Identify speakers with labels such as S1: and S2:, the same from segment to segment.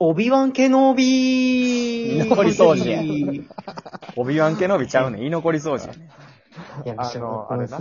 S1: オビワンケノービー
S2: 残り掃除や
S3: オビワンケノビちゃうねん。居残り掃除やね。
S1: いや、
S2: あの
S1: 知らんかったです。
S2: あ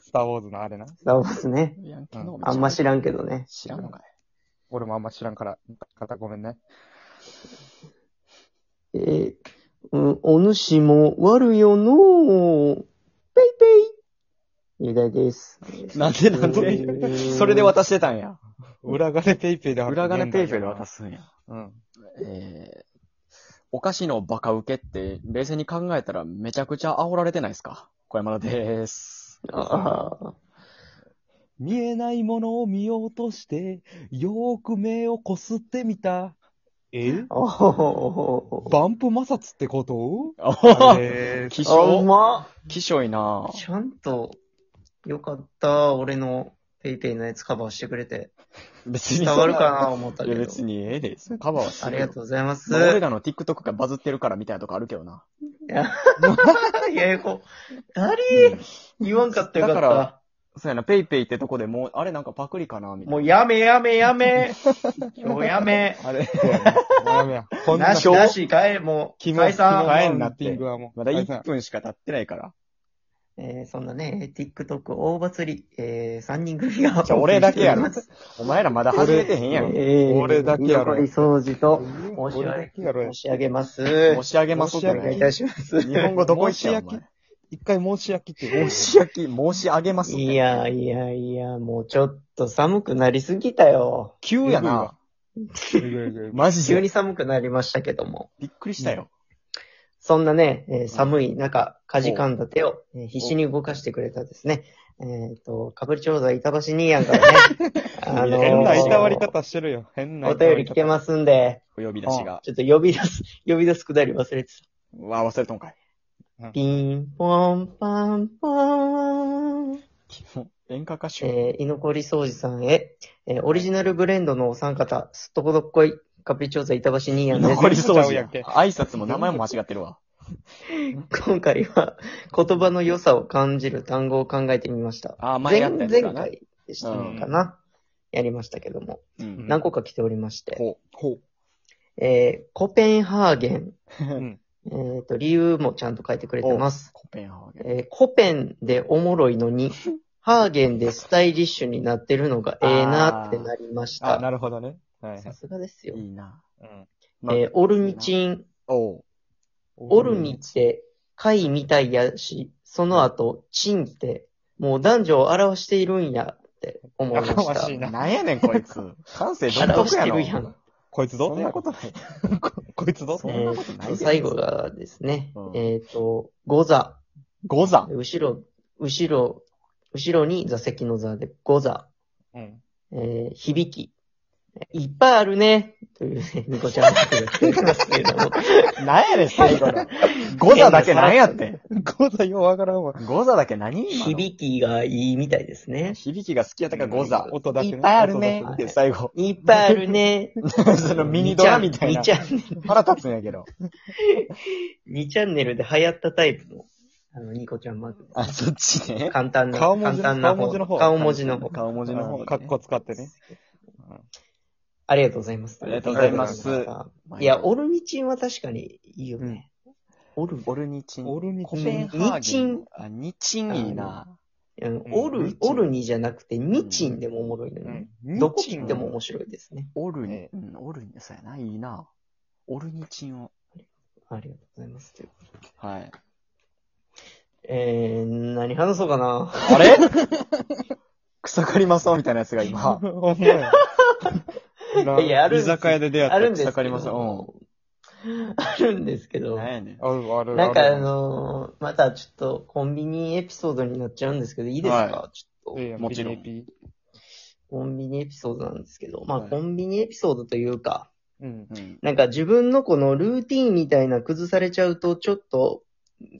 S1: ス
S2: スターウォーズのあれな。
S1: ターウォーズね。
S2: うん
S1: あんま知らんけどね。
S4: 知らんのかい。
S2: 俺もあんま知らんから、方ごめんね。
S1: えーうん、お主も悪よのー。ペイペイ雄大です。
S3: なんでなんでそれで渡してたんや。
S2: 裏金ペイペイで
S3: 裏金ペイペイで渡
S2: す。
S3: すんや。
S2: うん。
S4: えー、お菓子のバカ受けって、冷静に考えたらめちゃくちゃ煽られてないですか小山田でーす。
S1: ああ。
S2: 見えないものを見ようとして、よーく目をこすってみた。え
S1: おお。
S2: バンプ摩擦ってこと
S4: おぉ
S2: え
S4: 気
S1: あ、う
S4: 象
S1: まっ
S4: 気象いな
S1: ちゃんと、よかった。俺のペイペイのやつカバーしてくれて。
S4: 別に
S1: 伝
S4: そん
S1: わるかな思った
S4: い
S1: け
S4: や
S1: ど。
S4: 別にええで。カバーはす
S1: あ
S4: る
S1: り
S4: よ
S1: がとうございます。
S4: まあ俺らの TikTok がバズってるからみたいなとこあるけどな。
S1: いや、こう、誰
S4: うん
S1: 言わんかったよかった。
S4: だからそうやな、ペイペイってとこでもう、あれなんかパクリかなみたいな。
S1: もうやめやめや め。もうやめ。
S2: あれダメや。こんな
S1: なし、なし、帰れ、もう、
S2: キム
S1: 解散。
S2: キムハンナッティングはもう。
S4: まだ
S2: 解散
S4: 1分しか経ってないから。
S1: えー、そんなね、TikTok 大祭り、えー、3人組が。
S4: じゃあ俺だけやろ
S1: お送りして
S4: お前らまだ始めてへん
S1: おり
S4: や
S1: ます
S4: ん。
S1: えー、
S2: 俺だけやろ
S1: 居残り掃除と、申
S2: 俺
S1: し
S2: だけやろや
S1: 申し上げます。
S4: 申し上げますっ
S1: お
S4: て
S2: 申し
S1: 願いいたします。
S4: 日本語どこ行っちゃう
S2: 申し一回申し焼きって。
S4: 申し上げ、申し上げますって。
S1: いやいやいや、もうちょっと寒くなりすぎたよ。
S4: 急やな。
S2: ぐるぐるぐる
S4: マジ
S1: 急に
S4: で。
S1: 寒くなりましたけども。
S4: びっくりしたよ。
S1: そんなね、えー寒い中、かじかんだ手を、えー必死に動かしてくれたですね。えっ、と、かぶり町座板橋兄やん からね。あ
S4: のー
S2: 変ないたわり方してるよ。変ない
S1: お
S2: たわ
S1: 便
S2: り
S1: り来
S2: 方
S1: てますんで、
S4: お呼び出しが。
S1: ちょっと呼び出す、呼び出すくだり忘れてた。
S4: うわ、忘れとんかい。
S1: ピンポンパンポン。
S4: 演歌歌手。
S1: えー、居残り掃除さんへ、えーオリジナルブレンドのお三方、すっとこどっこい、カプリ調査板橋兄やんです
S4: 残。り掃除や
S2: ちゃうやんけ
S4: 挨拶も名前も間違ってるわ。
S1: 今回は、言葉の良さを感じる単語を考えてみました。
S4: あー、
S1: 前
S4: 前やったやつか
S1: 前
S4: な。
S1: 回でしたのかな、やりましたけども、
S4: うん
S1: 何個か来ておりまして、
S4: こう。こ
S1: えー、コペンハーゲン、
S4: う。
S1: えー、と、理由もちゃんと書いてくれてます。
S4: コペンハーゲン。
S1: えーコペンでおもろいのに、ハーゲンでスタイリッシュになってるのがええなってなりまし
S2: あ、
S1: た。
S2: なるほどね。はい。
S1: さすがですよ。
S4: いいな。まあ
S1: えーオルニチン、
S4: おう。
S1: オルニって、貝みたいやし、その後、チンって、もう男女を表しているんやって思いま
S2: やか
S1: した
S2: まし。いな。
S4: なんやねん、こい つ。感性独
S1: 表
S4: 特
S1: し
S4: や
S1: て
S4: ろ
S1: る。やん。
S2: こいつど
S4: そ
S2: うんせ
S4: な
S2: や
S4: こ
S2: こと
S4: ない。
S2: こいつどうせ
S4: そ
S2: や
S4: んなことない
S1: えー
S4: で
S1: 最後がですね、
S4: うん
S1: えっ、と、ゴザ。
S4: 五座。
S1: 後ろ、後ろ、後ろに座席の座で、ゴザ。
S2: うん。
S1: えー響き。いっぱいあるね。というね、ニコちゃんが来てくれますけど も。
S4: なんやねん、最 後の。五座だけなんやって。
S2: ござようわからんわ。
S4: 五座だけ何今の
S1: 響きがいいみたいですね。
S4: 響きが好きやったから五座。
S2: 音だけ
S4: い
S2: ね
S4: っぱいあるね
S2: 音。だ
S4: って最後。
S1: いっぱいあるね。
S4: そのミニドラみたいな
S1: 2。チャンネル、
S4: 腹立つんやけど。
S1: 2チャンネルで流行ったタイプの、あの、ニコちゃんマーク。
S4: あ、そっちね。
S1: 簡単な、
S2: 顔文字
S1: 簡単な
S2: 顔文字の方
S1: 顔文字の方。
S4: 顔文字の方。
S2: け。かっこ使ってね。
S1: ありがとうございます。
S4: ありがと
S2: うございます
S1: いや、オルニチンは確かにいいよね。オル、
S4: オルニチン。
S2: オルニ
S4: コ
S2: チ
S4: ペン
S2: ン。
S4: ハーゲン。
S1: ニチン。
S4: あ、ニチンいいな。
S1: うんオ
S2: う
S4: ニ
S2: ん
S1: ル
S4: チン、
S1: オルニじゃなくて、ニチンでもおもろいのに。どこ切っても面白いですね。
S4: オルニ
S2: え、
S4: うんオルニ、そうやな、いいな。オルニチンを。
S1: ありがとうございます。
S4: はい。
S1: えー、何話そうかな。
S4: あれ 草刈りマサオみたいなやつが今。
S2: ほんまや。
S1: いやあるんで
S2: 居
S1: す
S2: 酒屋で出会った。
S1: あるんです
S4: 草
S1: け
S4: 刈ります
S1: ど
S4: よ。
S1: あるんですけど
S4: な。んやねん。
S2: あるある。
S1: なんか
S2: る
S1: あ、のーまたちょっとコンビニエピソードになっちゃうんですけど、いいですか、
S4: は
S1: ちょっと。
S2: ええ
S4: もちろん。
S2: ピリピ
S1: コンビニエピソードなんですけど、まあ、
S4: はい
S1: コンビニエピソードというか、
S2: うん。
S4: うん。
S1: なんか自分のこのルーティンみたいな崩されちゃうと、ちょっと、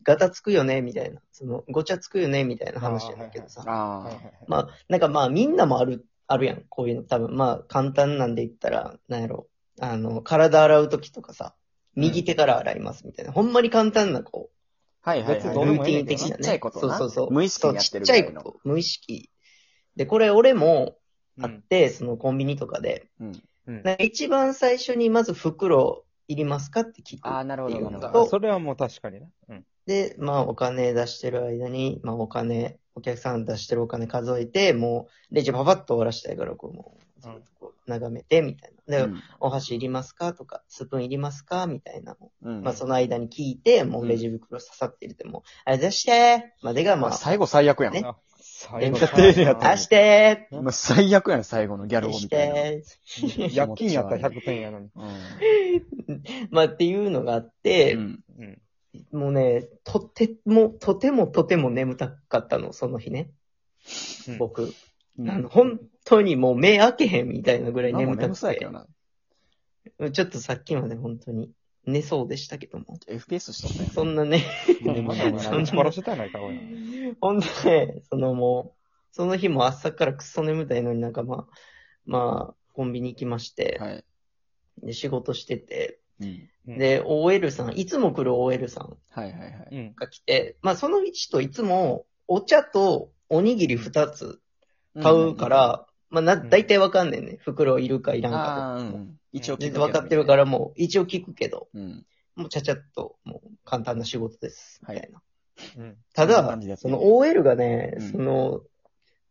S1: ガタつくよね、みたいな。その、ごちゃつくよね、みたいな話じゃないけどさ。
S2: はい
S4: あ
S2: はいはい
S1: まあ、なんかまあ、みんなもある、あるやん。こういうの。多分、まあ、簡単なんで言ったら、なんやろ。あの、体洗うときとかさ、右手から洗います、みたいな。ほんまに簡単な、こう、
S4: あ。はいはい
S2: 別
S4: はい。
S2: にどう
S1: ル
S2: で
S1: ー
S2: も
S1: テ
S2: いい
S1: ィ
S2: ね
S1: ン
S2: んけ
S1: 的
S2: ど
S1: なね。
S4: ちっちゃいこと
S1: そう
S4: な
S1: そうそう。
S4: 無意識にやってる
S1: そうちっ
S4: ぐ
S1: ち
S4: ら
S1: ゃ
S4: い
S1: い
S4: の
S1: こと。無意識。で、これ俺も
S2: う
S1: あっ
S2: ん
S1: て、そのコンビニとかで、
S4: うん。
S3: うん
S1: なんか一番最初にまず袋いりますかって聞
S4: ああ、
S1: く。
S4: なるほど、なるほ
S1: そ
S4: ど。
S1: う
S2: それはもう確かにな。うん。
S1: で、まあお金出してる間に、まあお金、お客さん出してるお金数えて、もうレジパパッと終わらしたいから、こうもう、ずっとこう眺めてみたいな。で、
S4: うん
S1: お箸いりますかとか、スプーンいりますかみたいなのを
S4: うん
S1: まあその間に聞いて、もうレジ袋刺さって入れても、あれ出してまでがま
S4: まあ
S1: あ、
S4: 最後最悪やん。
S1: ね
S2: あ、最
S1: 連
S2: 後
S1: 絡
S4: 丁寧やった
S1: 出して
S4: まあ最悪やん、最後のギャル
S1: 出
S4: をみ
S1: した
S4: いな。
S1: て
S2: 夜勤やったら100点やのに。
S4: う
S1: まあっていうのがあって、
S4: ん。
S2: うん。
S1: もうね、とても、とてもとても眠たかったの、その日ね
S2: う。ん
S1: 僕、
S4: うん。
S1: あの、本当にもう目開けへんみたいなぐらい
S4: なん
S1: 眠
S4: も
S1: た
S4: 眠
S1: く
S4: そうやけ
S1: て
S4: ど、な。
S1: ちょっとさっきまで本当に寝そうでしたけども。
S4: FPS しとったやん。
S1: そんな ね、
S2: まだ
S4: そんな
S2: 打ち殺してたやないか、おい。
S1: ほんとね、そのもう、その日も朝からクソ眠たいのになんかまあ、まあ、コンビニ行きまして、
S4: はい。
S1: で仕事してて、
S4: うん。
S2: うん、
S1: で、OL さん、いつも来る OL さん
S4: はいはいはい。
S2: うん。
S1: が来て、まあその人いつもお茶とおにぎり2つ買うから、まあな、
S2: うん
S1: 大体わかんねんね。袋いるかいら
S4: うんん、ああ、
S1: か
S4: う
S1: とか。
S4: ん。一応聞
S1: 全
S4: く。
S1: 然わかってるかららもう一応聞くけど、
S4: うん。
S1: もうちゃちゃっと、もう簡単な仕事です。みたいな。
S2: うん。
S1: た
S4: そんな
S1: だ
S4: 感じでや、って
S1: そ
S4: る
S1: の OL がね、
S4: うん
S1: その、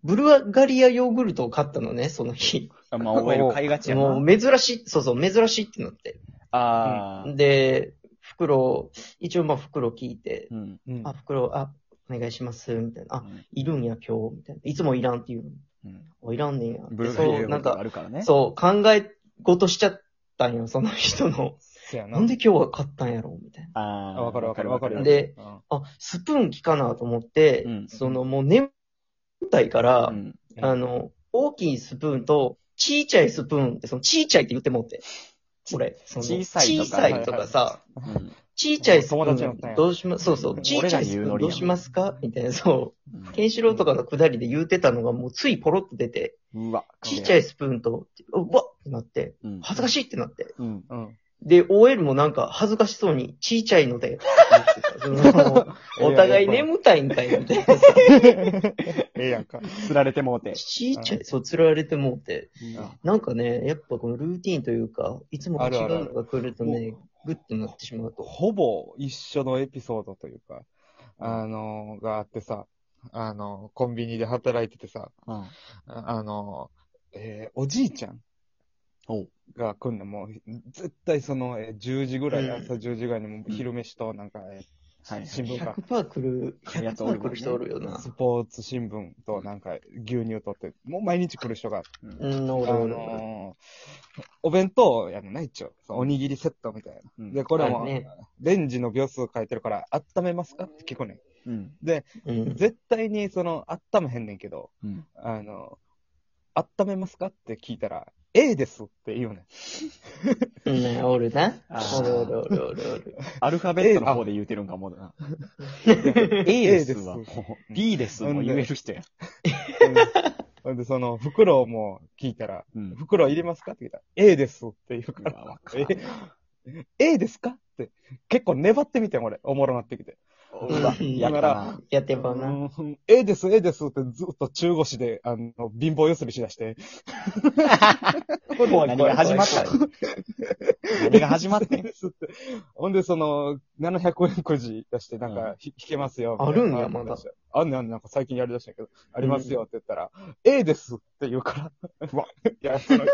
S1: ブルガリアヨーグルトを買ったのね、その 日。
S4: あまあ、OL 買いがちやな。
S1: もう珍しい、そうそう、珍しいってなって。
S4: ああ。
S1: で、袋を、一応まあ袋聞いて、
S4: うん。
S2: うん。
S1: あ、袋、あ、お願いします、みたいな。あ、いるんや、今日、みたいな。いつもいらんっていうのに。
S4: うん。
S1: あいらんねんや。
S4: ブルーベリ
S1: そ
S4: ー
S1: う、なん
S4: があ
S1: か、
S4: るからね。
S1: そう、考え事しちゃったんよ、その人の。
S2: せやな。
S1: なんで今日は買ったんやろ、みたいな。
S4: あ
S2: あ、
S4: あ。
S2: わかるわかるわかる。
S1: で
S2: うん、
S1: あ、スプーン効かなと思って、
S4: うん
S1: そのもう眠たいから、
S4: うん。
S2: うん
S1: あの、大きいスプーンと、ちいちゃいスプーンって、そのちいちゃいって言ってもって。俺、その
S4: 小さいと
S1: 小
S4: か
S1: さいとかさ、
S4: うん
S1: ちいちゃいスプ
S2: 友達だったん
S1: ーン、
S2: や
S1: どうしま、そうそう、ちいちゃいスプ
S4: 俺らに言う
S1: ー
S4: ノ
S1: ン
S4: リ
S1: ど
S4: やん
S1: うしますかみたいな、そう。
S4: うん
S1: ケンシロウとかのくだりで言うてたのが、もうついポロッと出て、
S4: うわ。
S1: ちっちゃ
S4: い。
S1: いスプーンと、うわっってなって、
S4: うん。
S1: 恥ずかしいってなって。
S4: うん。
S2: うん。
S1: で、OL もなんか恥ずかしそうに、ちいちゃいの で、って言ってたそのお互い眠たいんか いみたいなさ、
S2: ええやんか。
S4: 釣られてもうて。
S1: ちいちゃい、そう、釣られてもうて。
S4: あ
S1: なんかね、やっぱこのルーティンというか、いつもと違うのが来ると
S2: あるあ
S1: ね、グッとなってしまうと。
S2: ほぼ一緒のエピソードというか、あの、があってさ、あの、コンビニで働いててさ、
S4: うん。
S2: ああの、えーおじいちゃん
S4: おう
S2: が来んの、もう、絶対その、えー10時ぐらい、
S1: うん
S2: 朝10時ぐらいにもう昼飯と、なんか、え
S4: はいはい。
S2: 新聞か
S1: 100%来る、
S4: やつおる
S1: 100%来
S4: もんね
S1: る人おるよ
S2: ー
S1: な。
S2: スポーツ新聞と、なんか、牛乳とって、もう毎日来る人が、
S4: うん
S1: うん、
S2: あ
S1: おるおる。
S2: のーお弁当やのな、一応。おにぎりセットみたいな。
S4: うん
S2: で、これ
S1: ある
S2: も
S1: ね、
S2: レンジの秒数書いてるから、温めますかって聞くねん。
S4: うん。
S1: うん。
S2: 絶対に、その、温めへんねんけど、
S4: うん。
S2: あの、温めますかって聞いたら、ええですって言うね
S1: うん、おるな。
S4: あ
S1: おる
S4: ー
S1: おるおるおるおる。
S4: アルファベットの方で言うてるんかもだな。
S2: ん。
S4: A ですは
S2: ええ
S4: も
S2: で
S4: う、B ですも言える人や。
S2: ほんで、その、袋も聞いたら、
S4: うん。
S2: 袋いりますかって聞いたら、ええですって言うか
S4: う
S2: ら、
S4: わ、わかる。
S2: ええですかって、結構粘ってみてん、俺、おもろなってきて。
S4: うわ、やったな。
S1: やってばな。
S2: うんええです、ええですってずっと中腰で、あの、貧乏ゆすりしだして。
S4: 何が始まった ん何が始まってん
S2: つって ほんで、その、700円くじ出して、なん
S4: う
S2: か、ひ引けますよ。
S1: あるんや
S2: みたいな
S1: まだ。
S2: あんねんあんねんなんか最近やりだしたけど、ありますよって言ったら、A ですって言うから、うわ、 いや、その、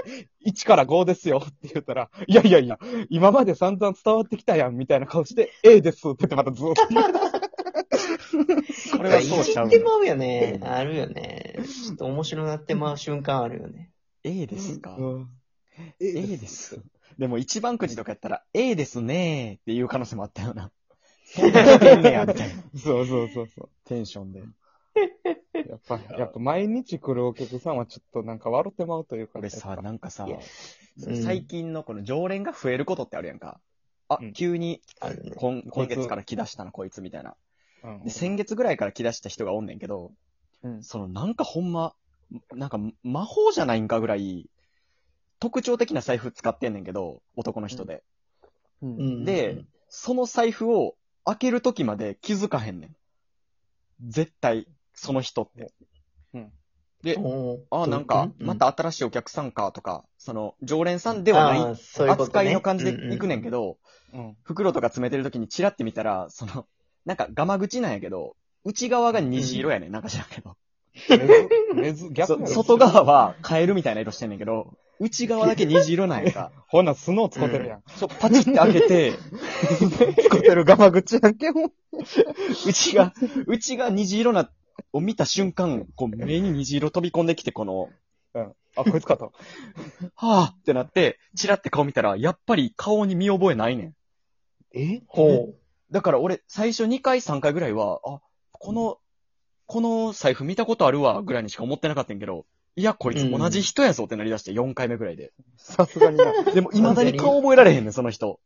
S2: 1から5ですよって言ったら、いやいやいや、今まで散々伝わってきたやん、みたいな顔して、A ですって言ってまたずっと。
S4: こ
S1: こ
S4: れはそうちゃう
S1: っ
S4: ん
S1: て
S4: や。
S1: まうよね。あるよね。ちょっと面白なってまう瞬間あるよね。
S4: A ですか。
S2: うん、
S4: A です。でも一番くじとかやったら、A ですねーっていう可能性もあったよな。そんなこと言うねや、みたいな。
S2: そうそうそうそ
S4: テンションで。
S2: う。やっぱ、やっぱ毎日来るお客さんはちょっとなんか笑ってまうというか。
S4: 俺さ、なんかさ
S1: いや、
S4: そう最近のこの常連が増えることってあるやんか。あ
S2: うん、
S4: 急に、
S1: あるね。
S4: 今
S2: こい
S4: 今
S2: つ
S4: 月から来だしたな、こいつみたいな。
S2: うん
S4: で、先月ぐらいから来だした人がおんねんけど、
S2: うん
S4: そのなんかほんま、なんか魔法じゃないんかぐらい、特徴的な財布使ってんねんけど、男の人で。
S2: うん
S1: うん
S4: で、その財布を開けるときまで気づかへんねん。絶対、その人って。
S2: うん
S4: え
S1: おー
S4: ああ、なんか、ま、た新しいお客さんかとか、その、常連さん
S1: で
S4: ではない
S1: そういうこと
S4: 扱
S1: ね
S4: いの感じで行くねんけ
S1: ど。
S4: ど、
S2: うん。
S4: 袋とか詰めてる時にチラって見たら、その、なんかガマ口なんやけど、内側が虹色やねん、なんか知らんけど。
S2: めず、逆
S4: そ
S2: やろ
S4: 外側はカエルみたいな色してんねんけど、内側だけ虹色なんやんか。
S2: ほんならスノー使ってるやん。
S4: そう、パチって開けて、
S2: 使ってるガマ口やんけ、も
S4: 内が、内が虹色な、を見た瞬間、こう目に虹色飛び込んできて、この、
S2: あ、こいつ かと。
S4: はぁってなって、チラって顔見たら、やっぱり顔に見覚えないねん。
S2: え
S1: ほ
S4: だから俺、最初2回3回ぐらいは、あ、この、この財布見たことあるわ、ぐらいにしか思ってなかったんやけど、いや、こいつ同じ人やぞってなりだして4回目ぐらいで。
S2: さす がにな。
S4: でも、未だに顔覚えられへんねん、その人。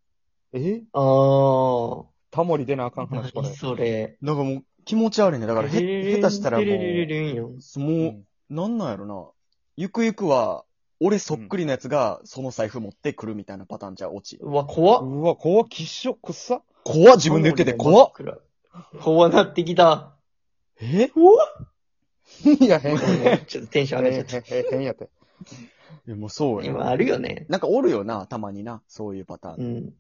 S2: え
S1: う。ああ。
S2: タモリ出なあかん話、これ
S1: 何。それ。
S4: なんかもう、気持ち悪いね。だから、へ、下手したらも
S1: テレレレ
S4: う、
S1: レンよ
S2: う
S4: も
S2: ん
S4: う、なんなんやろな。ゆくゆくは、俺そっくりなやつが、その財布持ってくるみたいなパターンじゃ、落ち。
S1: うわ、怖っ。
S2: うわ、怖っ、きっしょ、くっさ。
S4: 怖っ自分で言ってて怖っ
S1: っ。怖なってきた。
S4: え
S2: いや、変や ね。
S1: ちょっとテンション上がっちゃっ
S2: 変やて。
S4: いやもうそう
S1: た。
S4: やな。
S1: 今あるよね。
S4: なんかおるよな、たまにな。そういうパター
S1: う
S4: ン。
S1: ん。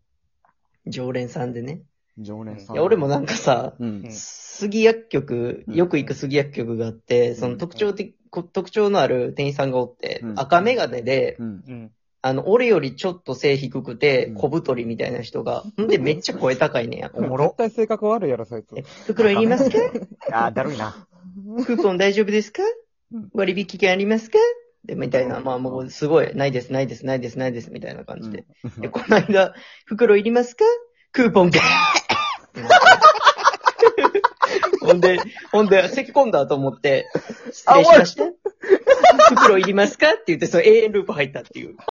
S1: 常連さんでね。
S4: 常連さん。
S1: いや、俺もなんかさ、
S4: うん。
S1: 杉薬局、
S4: うん
S1: よく行く杉薬局があって、その特徴的、こ特徴のある店員さんがおって、
S4: うん
S1: 赤メガネで、
S4: うん。
S2: うん。
S1: あの、俺よりちょっと背低くて
S4: うん、
S1: 小太りみたいな人が、んで、めっちゃ声高いねんや。
S4: おもろ
S2: 絶。対性格悪いやろ、そいつ
S1: え。袋いりますか
S4: あー、だるいな。
S1: クーポン大丈夫ですか
S4: うん
S1: 割引券ありますかで、みたいな、
S4: うん
S1: まあもうすごい、ないです、ないです、ないです、ないです、みたいな感じで。
S4: うん
S1: で、この間、袋いりますかクーポンがほんで、ほんで、咳込んだと思って、失礼しました。袋いりますかって言って、その永遠ループ入ったっていう。